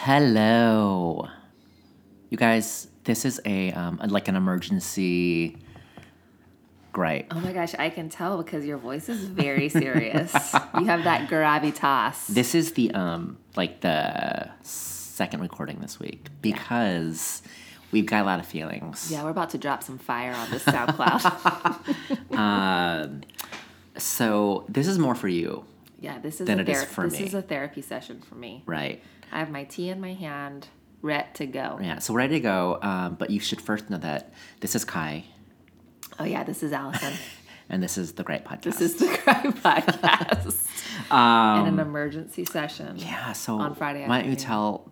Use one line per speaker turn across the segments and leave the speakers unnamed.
Hello. You guys, this is a um, like an emergency gripe.
Oh my gosh, I can tell because your voice is very serious. you have that gravitas.
This is the um like the second recording this week because we've got a lot of feelings.
yeah, we're about to drop some fire on this SoundCloud.
So this is more for you,
yeah, this is
Then
a
it is
ther-
for
this
me.
is a therapy session for me.
right?
I have my tea in my hand, ready to go.
Yeah. So we're ready to go, um, but you should first know that this is Kai,
Oh yeah, this is Allison.
and this is the Great Podcast.
this is the Cry Podcast. and an emergency session.
Um, yeah. So
on Friday
why don't you
afternoon.
tell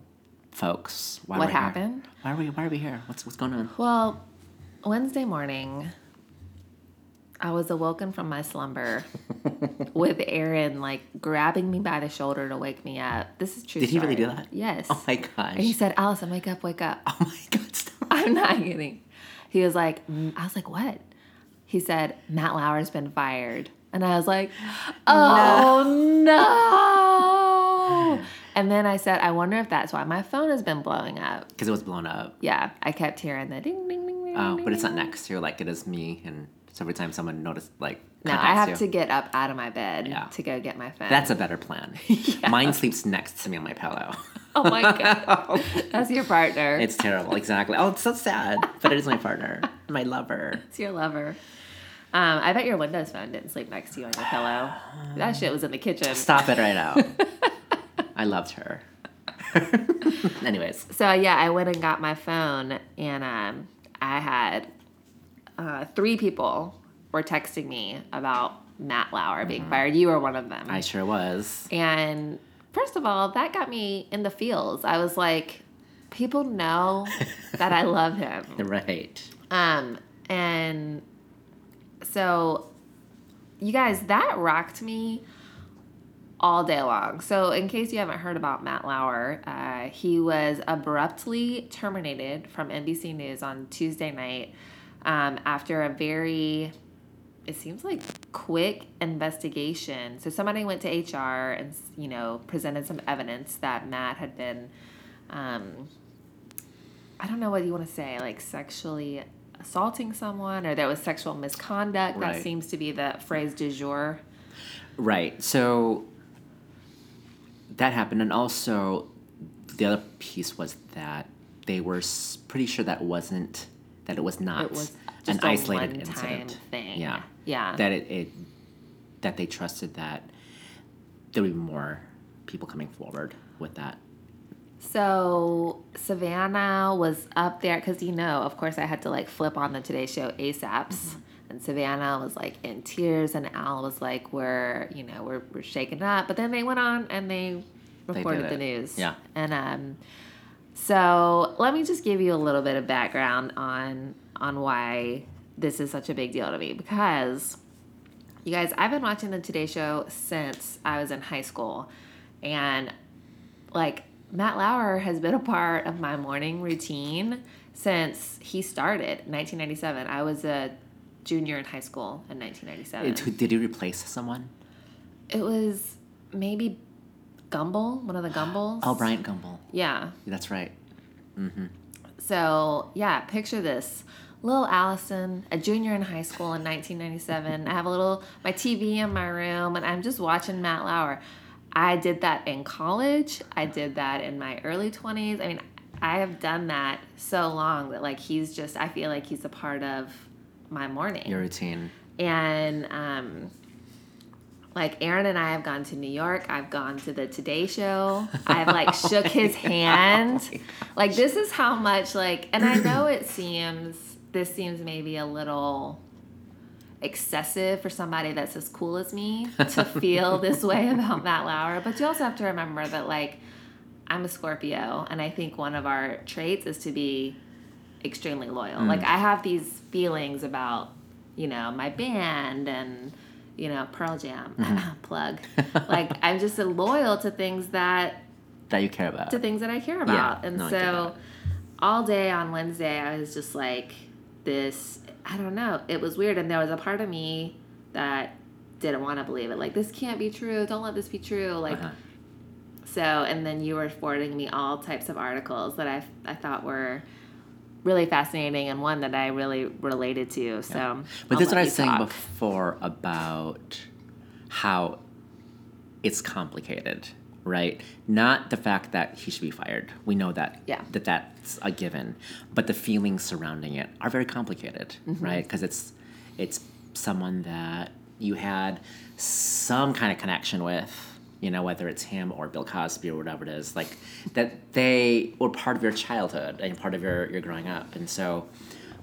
folks why
What
we're here?
happened?
Why are we Why are we here? What's What's going on?
Well, Wednesday morning, I was awoken from my slumber with Aaron like grabbing me by the shoulder to wake me up. This is true.
Did he really
story.
do that?
Yes.
Oh my
and he
gosh!
said, "Allison, wake up, wake up."
Oh my god! Stop.
I'm not kidding. He was like, mm, "I was like, what?" He said, "Matt Lauer's been fired," and I was like, "Oh no!" And then I said, "I wonder if that's why my phone has been blowing up."
Because it was blown up.
Yeah, I kept hearing the ding ding ding ding.
Oh,
ding,
but it's not
ding.
next. You're like, it is me. And so every time someone noticed, like,
No, I
contacts
have
you,
to get up out of my bed
Yeah.
to go get my phone.
That's a better plan. Mine sleeps next to me on my pillow.
oh my god, that's your partner. It's,
It's terrible. Exactly. Oh, it's so sad. But it is my partner, my lover.
your lover. Um, I bet your Windows phone didn't sleep next to you on your pillow. That shit was in the kitchen.
Stop it right now. I loved her. Anyways,
So yeah, I went and got my phone, and um, I had uh, three people were texting me about Matt Lauer being fired. You were one of them.
Mm-hmm. I sure was.
And first of all, that got me in the feels. I was like, people know that I love him.
Right.
Um, and so you guys, that rocked me all day long. So, in case you haven't heard about Matt Lauer, uh, he was abruptly terminated from NBC News on Tuesday night um, after a very, it seems like, quick investigation. So, somebody went to HR and, you know, presented some evidence that Matt had been. Um, I don't know what you want to say, like sexually assaulting someone, or there was sexual misconduct.
Right.
That seems to be the phrase du jour.
Right. So that happened. And also, the other piece was that they were s- pretty sure that wasn't, that it was not
It was just
an
a
isolated
one-time
incident.
thing.
Yeah.
yeah.
that it, it that they trusted that there would be more people coming forward with that.
So Savannah was up there because you know, of course, I had to like flip on the Today Show ASAPs,
Mm-hmm.
and Savannah was like in tears, and Al was like, "We're you know we're we're shaken up," but then they went on and they reported
did
the
it.
news.
Yeah.
and um, so let me just give you a little bit of background on on why this is such a big deal to me because you guys, I've been watching the Today Show since I was in high school, and like Matt Lauer has been a part of my morning routine since he started 1997. I was a junior in high school in 1997.
Did, did he replace someone?
It was maybe Gumble, one of the Gumbles.
Oh, Bryant Gumbel.
Yeah.
That's right.
So, yeah, picture this. Little Allison, a junior in high school in 1997. I have a little my TV in my room and I'm just watching Matt Lauer. I did that in college. I did that in my early 20s. I mean, I have done that so long that like he's just I feel like he's a part of my morning
Your routine.
and um, like Aaron and I have gone to New York. I've gone to the Today Show. I've like shook his hand. Like this is how much like, and I know it seems this seems maybe a little excessive for somebody that's as cool as me to feel this way about Matt Lauer. But you also have to remember that like I'm a Scorpio, and I think one of our traits is to be extremely loyal.
Mm.
Like I have these feelings about, you know, my band and you know Pearl Jam
Mm-hmm.
plug. like I'm just loyal to things that
That you care about.
to things that I care about. and
no, I get
so all day on Wednesday, I was just like, this, I don't know. It was weird. And there was a part of me that didn't want to believe it. Like, this can't be true. Don't let this be true. Like,
Uh-huh.
So, and then you were forwarding me all types of articles that I, I thought were really fascinating and one that I really related to. So,
But
I'll
this is what
let
I
you
was saying
talk.
before about how it's complicated, right? Not the fact that he should be fired. We know that.
Yeah.
That that's a given, but the feelings surrounding it are very complicated, right? Because it's it's someone that you had some kind of connection with, you know, whether it's him or Bill Cosby or whatever it is, like that they were part of your childhood and part of your your growing up, and so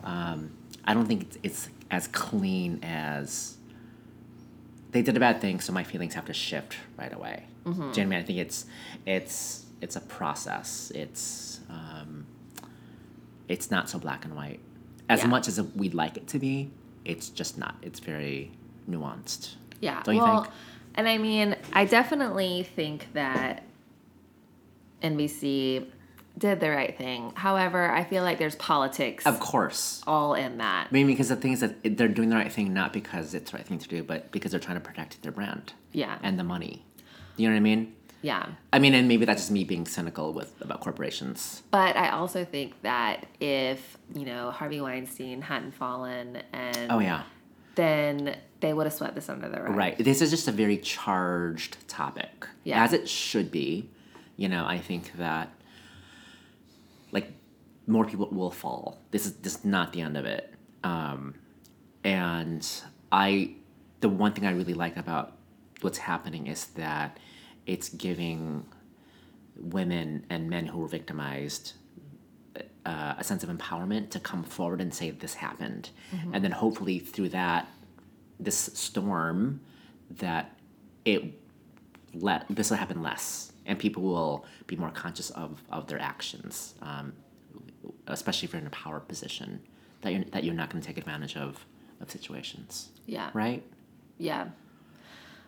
um, I don't think it's, it's as clean as they did a bad thing, so my feelings have to shift right away. Do you know what I mean? I think it's it's it's a process. It's um, it's not so black and white as
Yeah.
much as we'd like it to be. It's just not. It's very nuanced.
Yeah.
Don't you
well,
think?
and I mean, I definitely think that NBC did the right thing. However, I feel like there's politics
Of course.
all in that.
I mean, because the thing is that it- they're doing the right thing not because it's the right thing to do, but because they're trying to protect their brand
Yeah.
and the money. You know what I mean?
yeah.
I mean, and maybe that's just me being cynical with about corporations.
But I also think that if, you know, Harvey Weinstein hadn't fallen and
Oh yeah.
then they would have swept this under the rug.
Right. This is just a very charged topic,
Yeah.
as it should be. You know, I think that like more people will fall. This is this is not the end of it. Um, and I, the one thing I really like about what's happening is that it's giving women and men who were victimized uh, a sense of empowerment to come forward and say this happened, and then hopefully through that this storm that it let this will happen less and people will be more conscious of, of their actions um, especially if you're in a power position that you're, that you're not going to take advantage of of situations
Yeah.
right
Yeah.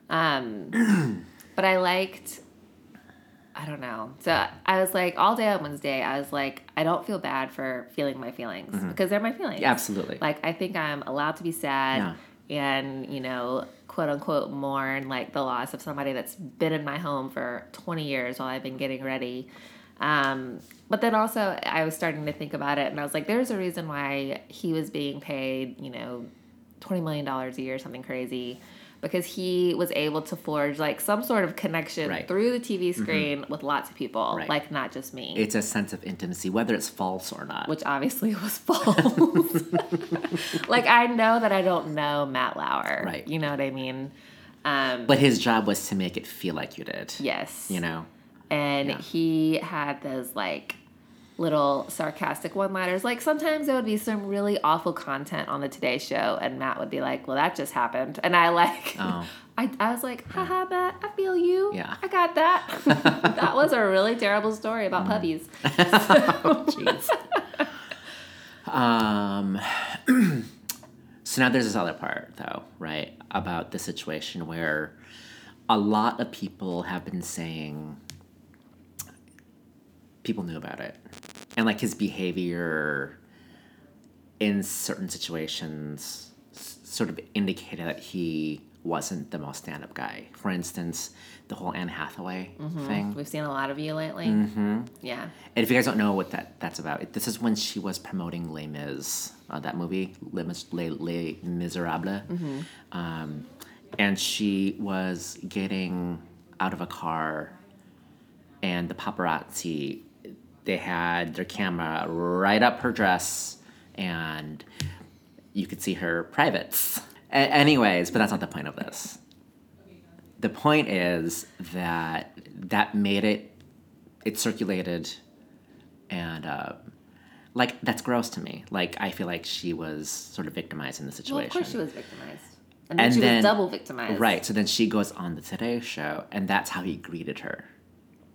Um, but I liked, I don't know. So I was like, all day on Wednesday, I was like, I don't feel bad for feeling my feelings because they're my feelings.
yeah, absolutely
Like, I think I'm allowed to be sad and, you know, quote unquote mourn like the loss of somebody that's been in my home for 20 years while I've been getting ready. Um, but then also, I was starting to think about it and I was like, there's a reason why he was being paid, you know, $20 million a year, something crazy. Because he was able to forge like some sort of connection
Right. Mm-hmm.
through the TV screen with lots of people,
Right.
like not just me
it's a sense of intimacy whether it's false or not
which obviously was false. like I know that I don't know Matt Lauer.
Right.
You know what I mean? Um,
but his job was to make it feel like you did
yes.
you know
And
yeah.
he had those like little sarcastic one-liners. Like sometimes there would be some really awful content on the Today Show, and Matt would be like, "Well, that just happened," and I like.
Oh.
I, I was like, haha, Matt, I feel you.
Yeah.
I got that. that was a really terrible story
Mm.
about puppies.
Oh, Jeez. um, so now there's this other part, though, right? About the situation where a lot of people have been saying people knew about it. And like his behavior in certain situations s- sort of indicated that he wasn't the most stand up guy. For instance, the whole Anne Hathaway thing.
We've seen a lot of you lately.
Mm-hmm.
Yeah.
And if you guys don't know what that that's about, it, this is when she was promoting Les Mis, uh, that movie, Les, Mis- Les, Les Miserables. Um, and she was getting out of a car, and the paparazzi, they had their camera right up her dress, and you could see her privates. A- anyways, but that's not the point of this. The point is that that made it it circulated and uh, like that's gross to me like i feel like she was sort of victimized in the situation
Well, of course she was victimized. And then
And
she
then-
was double victimized.
right so then she goes on the today show and that's how he greeted her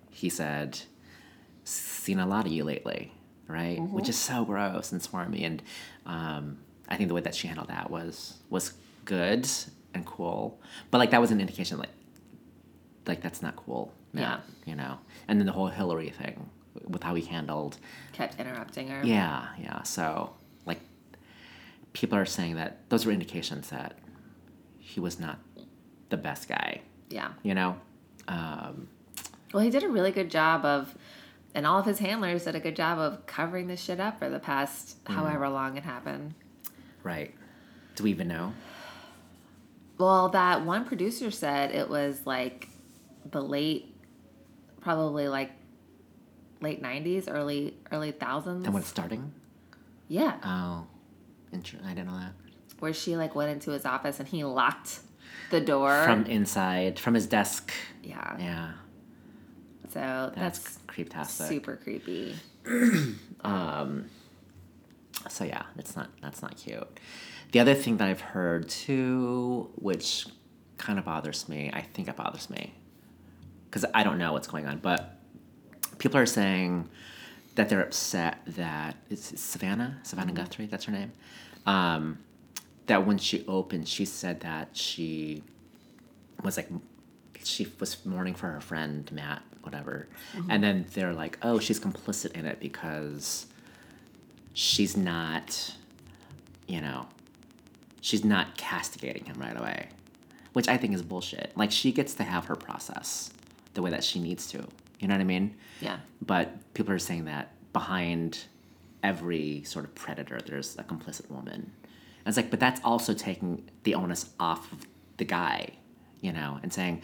he said seen a lot of you lately right which is so gross and swarmy and um, i think the way that she handled that was was good and cool but like that was an indication like like that's not cool Matt, you know and then the whole hillary thing with how he handled
Kept interrupting her.
yeah, yeah. So, like, people are saying that those were indications that he was not the best guy,
Yeah.
you know? Um,
Well, he did a really good job of, and all of his handlers did a good job of covering this shit up for the past
Mm-hmm.
however long it happened.
Right. Do we even know?
Well, that one producer said it was like the late, probably like late '90s, early early thousands.
And when it's starting?
yeah,
Oh, inter- I didn't know that.
where she like went into his office and he locked the door.
From inside, from his desk.
yeah.
Yeah,
so
that's,
that's,
creeptastic.
super creepy.
So yeah, it's not that's not cute. The other thing that I've heard too, which kind of bothers me, I think it bothers me, because I don't know what's going on, but people are saying that they're upset that it's it's Savannah, Savannah Guthrie, that's her name. Um, that when she opened, she said that she was like, she was mourning for her friend Matt, whatever, and then they're like, oh, she's complicit in it because she's not, you know, she's not castigating him right away, which I think is bullshit. Like, she gets to have her process the way that she needs to. You know what I mean?
Yeah.
But people are saying that behind every sort of predator, there's a complicit woman. And it's like, but that's also taking the onus off of the guy, you know, and saying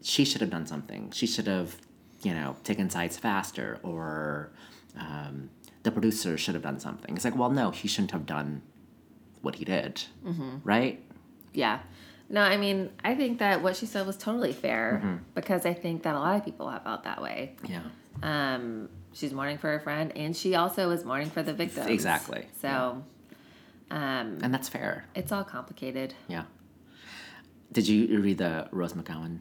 she should have done something. She should have, you know, taken sides faster, or um, the producer should have done something. It's like, well, no, he shouldn't have done what he did, right?
Yeah. No, I mean, I think that what she said was totally fair because I think that a lot of people have felt that way.
Yeah.
Um, she's mourning for her friend, and she also is mourning for the victims.
Exactly.
So, um,
And that's fair.
it's all complicated.
Yeah. Did you read the Rose McGowan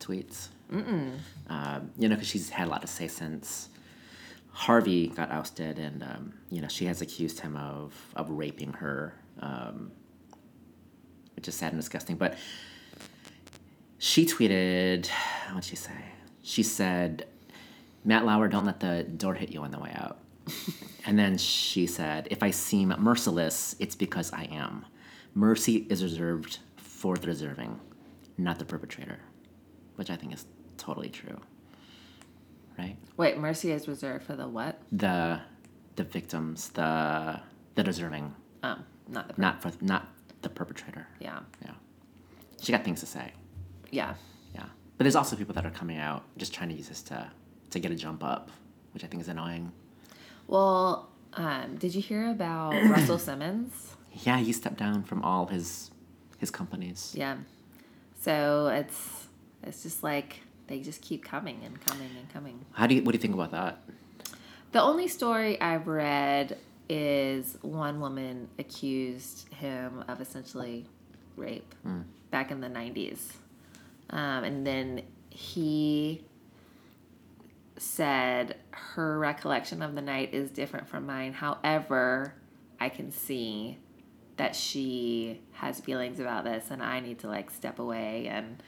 tweets? Mm-mm. Um, you know, because she's had a lot to say since Harvey got ousted, and um, you know she has accused him of of raping her, um, which is sad and disgusting. But she tweeted, what'd she say? She said, "Matt Lauer, don't let the door hit you on the way out." And then she said, If I seem merciless, it's because I am. Mercy is reserved for the deserving, not the perpetrator. Which I think is totally true. Right?
Wait, mercy is reserved for the what?
The the victims, the the deserving,
Oh, not the.
not for not the perpetrator.
Yeah.
Yeah. She got things to say.
Yeah.
Yeah. But there's also people that are coming out just trying to use this to to get a jump up, which I think is annoying.
Well, um, did you hear about Russell Simmons?
Yeah, he stepped down from all his his companies.
Yeah. So it's it's just like they just keep coming and coming and coming.
How do you what do you think about that?
The only story I've read is one woman accused him of essentially rape back in the 90s. Um, and then he said her recollection of the night is different from mine. However, I can see that she has feelings about this and I need to like step away and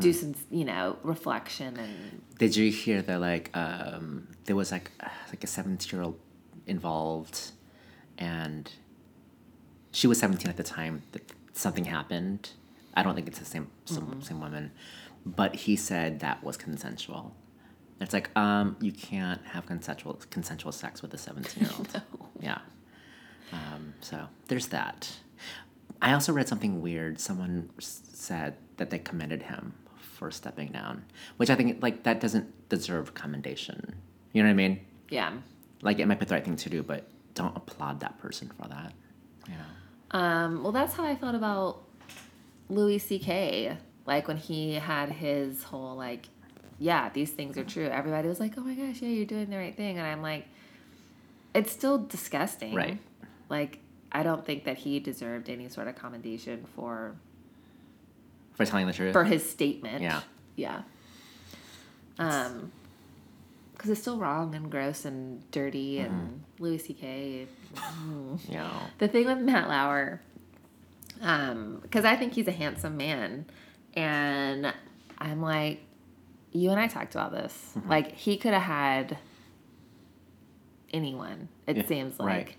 do some, you know, reflection and
Did you hear that? Like, um, there was like uh, like a seventeen-year-old involved, and she was seventeen at the time that something happened. I don't think it's the same some, same woman, but he said that was consensual. It's like um, you can't have consensual consensual sex with a seventeen-year-old. Yeah. Um, so there's that. I also read something weird. Someone s- said that they commended him for stepping down, which I think like that doesn't deserve commendation. You know what I mean?
yeah.
Like it might be the right thing to do, but don't applaud that person for that. You know?
Um, well, that's how I felt about Louis C.K. Like when he had his whole like, yeah, these things are true. Everybody was like, oh my gosh, yeah, you're doing the right thing, and I'm like, it's still disgusting.
Right.
Like I don't think that he deserved any sort of commendation for
For telling the truth.
for his statement.
Yeah.
Yeah. Um, because it's still wrong and gross and dirty and
Mm-hmm.
Louis C.K.
yeah.
The thing with Matt Lauer, um, because I think he's a handsome man, and I'm like, you and I talked about this.
Mm-hmm.
Like he could have had anyone. It
Yeah,
seems like
right.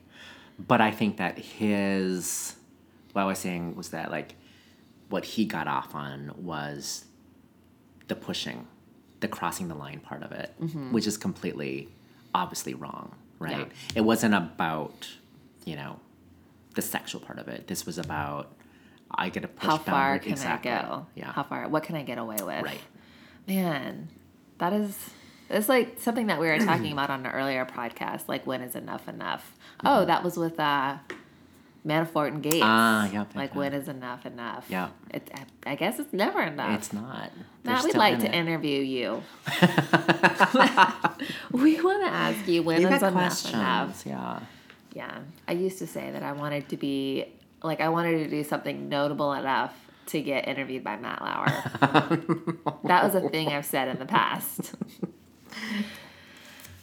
But I think that his what I was saying was that like what he got off on was the pushing the crossing the line part of it,
Mm-hmm.
which is completely obviously wrong, right? It wasn't about, you know, the sexual part of it. This was about I get to push
How far
boundary-
can
exactly.
I go?
Yeah.
How far? What can I get away with?
Right.
Man, that is. It's like something that we were talking about on an earlier podcast. Like, when is enough enough? Oh, that was with uh, Manafort and Gates.
Mm-hmm. Ah, yeah,
Like,
yeah.
when is enough enough?
Yeah.
It, I, I guess it's never enough.
It's not. They're
Matt, we'd
still
like
in
to
it.
interview you. we want to ask you when
We've
is
got
enough
questions.
enough.
Yeah.
Yeah, I used to say that I wanted to be like I wanted to do something notable enough to get interviewed by Matt Lauer. that was a thing I've said in the past.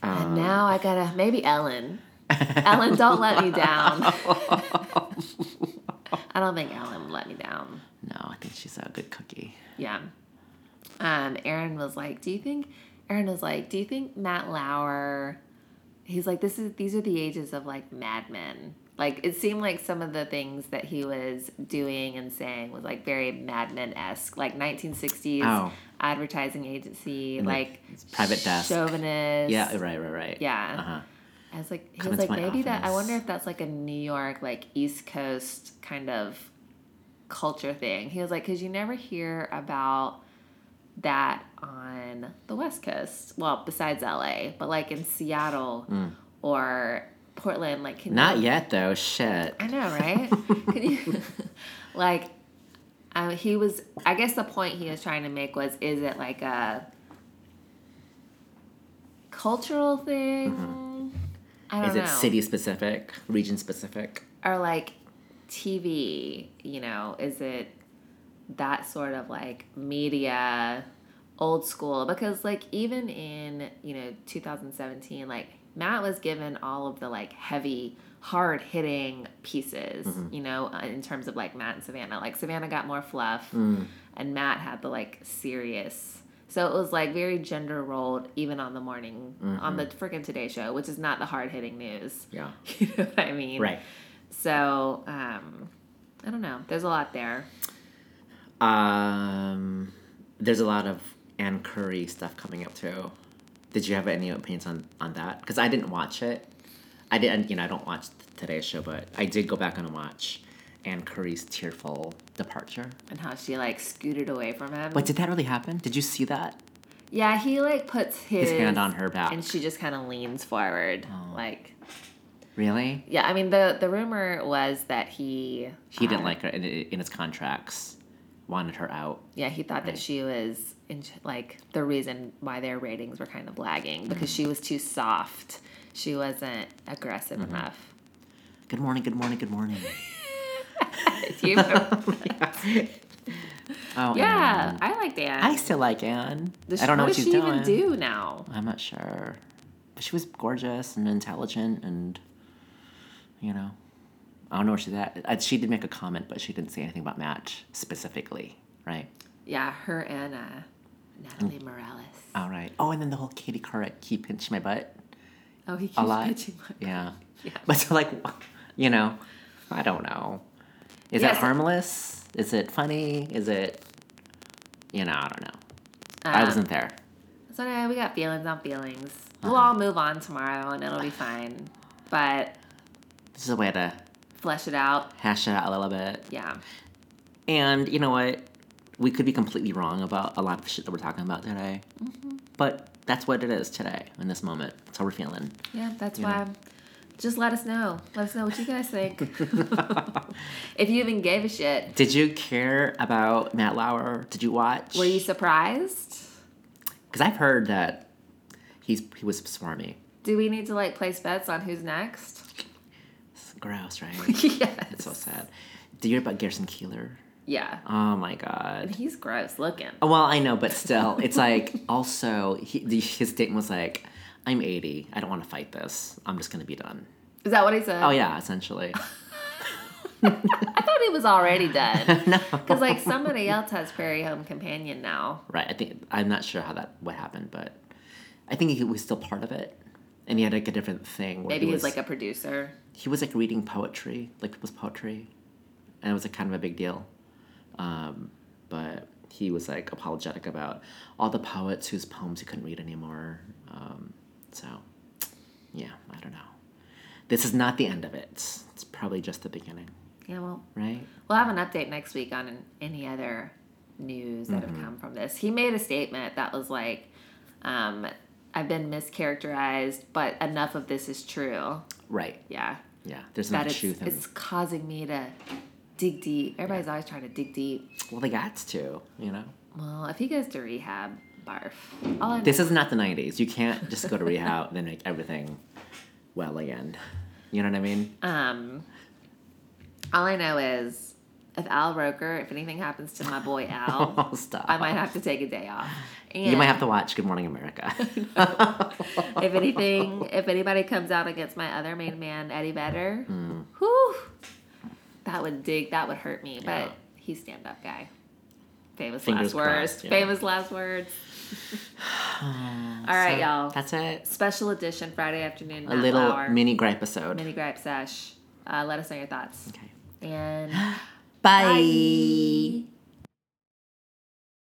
and now I gotta maybe Ellen. Ellen, don't let me down. I don't think Ellen would let me down.
No, I think she's a good cookie.
Yeah. Um, Aaron was like, Do you think Aaron was like, Do you think Matt Lauer he's like, This is these are the ages of like madmen. Like it seemed like some of the things that he was doing and saying was like very madmen esque, like nineteen sixties
Oh.
advertising agency, like
private desk.
chauvinist.
Yeah, right, right, right.
Yeah.
Uh-huh.
I was like, he was
Comments
like,
my
maybe that. I
office.
wonder if that's like a New York, like East Coast kind of culture thing. He was like, because you never hear about that on the West Coast. Well, besides LA, but like in Seattle or Portland, like can
Mm. Not
you,
yet though. Shit.
I know, right? Can you, like, um, he was. I guess the point he was trying to make was: is it like a cultural thing? I don't
Mm-hmm. Is
know.
it city specific? Region specific?
Or like TV? You know, is it that sort of like media, old school? Because like even in you know 2017, like Matt was given all of the like heavy. Hard hitting pieces, you know, uh, in terms of like Matt and Savannah. Like Savannah got more fluff, and Matt had the like serious. So it was like very gender rolled, even on the morning on the freaking Today Show, which is not the hard hitting news.
Yeah.
You know what I mean?
Right.
So, um, I don't know. There's a lot there.
Um, there's a lot of Anne Curry stuff coming up too. Did you have any opinions on on that? Because I didn't watch it. I didn't. You know, I don't watch today's show, but I did go back and watch Anne Curry's tearful departure.
And how she like scooted away from him.
But did that really happen? Did you see that?
yeah, he like puts his,
His hand on her Oh. back.
and she just kind of leans forward. Like,
Really?
yeah, I mean, the, the rumor was that he,
He didn't
uh,
like her in, in his contracts. Wanted her out.
Yeah, he thought that she was in, like the reason why their ratings were kind of lagging because she was too soft. She wasn't aggressive
Mm-hmm.
enough.
Good morning. Good morning. Good morning.
Do you remember-
Oh
yeah,
Anne.
I liked Anne.
I still like Anne.
Does
I don't know
what
what,
does
she's
she
doing.
even do now?
I'm not sure. But she was gorgeous and intelligent and, you know, I don't know where she's at. Uh, She did make a comment, but she didn't say anything about Matt specifically, right?
Yeah, her and uh,
Mm.
Natalie Morales.
All right. Oh, and then the whole Katie Couric, he pinched my butt
Oh, he keeps
a lot.
pitching my.
yeah.
Yeah.
But so, like, you know, I don't know. Is
Yes.
that harmless? Is it funny? Is it, you know, I don't know. I
Um,
wasn't Uh-huh. there.
So anyway, we got feelings on feelings. We'll all move on tomorrow, and it'll be fine. But
This is a way to
flesh it out.
hash it out a little bit.
Yeah.
And you know what? We could be completely wrong about a lot of shit that we're talking about today.
Mm-hmm.
But that's what it is today, in this moment. That's how we're feeling.
Yeah, that's why. I'm- Just let us know. Let us know what you guys think. if you even gave a shit,
Did you care about Matt Lauer? Did you watch?
were you surprised?
Because I've heard that he's he was swarmy.
Do we need to like place bets on who's next?
It's gross, right?
yes.
it's so sad. Did you hear about Garrison Keeler?
Yeah.
Oh my god. Oh,
And he's gross looking.
Well, I know, but still, it's like also he, the- his statement was like, "I'm 80. I don't want to fight this. I'm just gonna be done."
Is that what he said?
Oh yeah, essentially.
I thought he was already done.
no.
Because like somebody else has Prairie Home Companion now.
Right. I think I'm not sure how that what happened, but I think he was still part of it, and he had like a different thing. Where
Maybe
he
he's
was
like a producer.
he was like reading poetry, like people's poetry, and it was like kind of a big deal. Um, but he was like apologetic about all the poets whose poems he couldn't read anymore. Um, so, yeah, I don't know. This is not the end of it. It's probably just the beginning,
Yeah, well,
right?
we'll have an update next week on any other news that
Mm-hmm.
have come from this. He made a statement that was like, um, "I've been mischaracterized, but enough of this is true."
Right.
Yeah,
Yeah. There's
that
enough
it's,
truth. In,
it's causing me to dig deep. Everybody's always trying to dig deep.
well, they got to, you know?
Well, if he goes to rehab, barf. All I know
This is not the 90s. You can't just go to rehab and then make everything well again. You know what I mean?
Um, all I know is if Al Roker, if anything happens to my boy Al,
Stop.
I might have to take a day off. And
You might have to watch Good Morning America.
if anything, if anybody comes out against my other main man, Eddie Vedder,
Mm.
whew, that would dig, that would hurt me.
Yeah.
But he's stand up guy. Famous
Fingers
last words.
crossed, yeah.
Famous last words. All right,
So,
y'all.
That's it.
Special edition Friday afternoon.
A
Matt
little
Lauer,
mini gripe episode.
mini gripe sesh. Uh, let us know your thoughts.
okay.
And
Bye.
bye.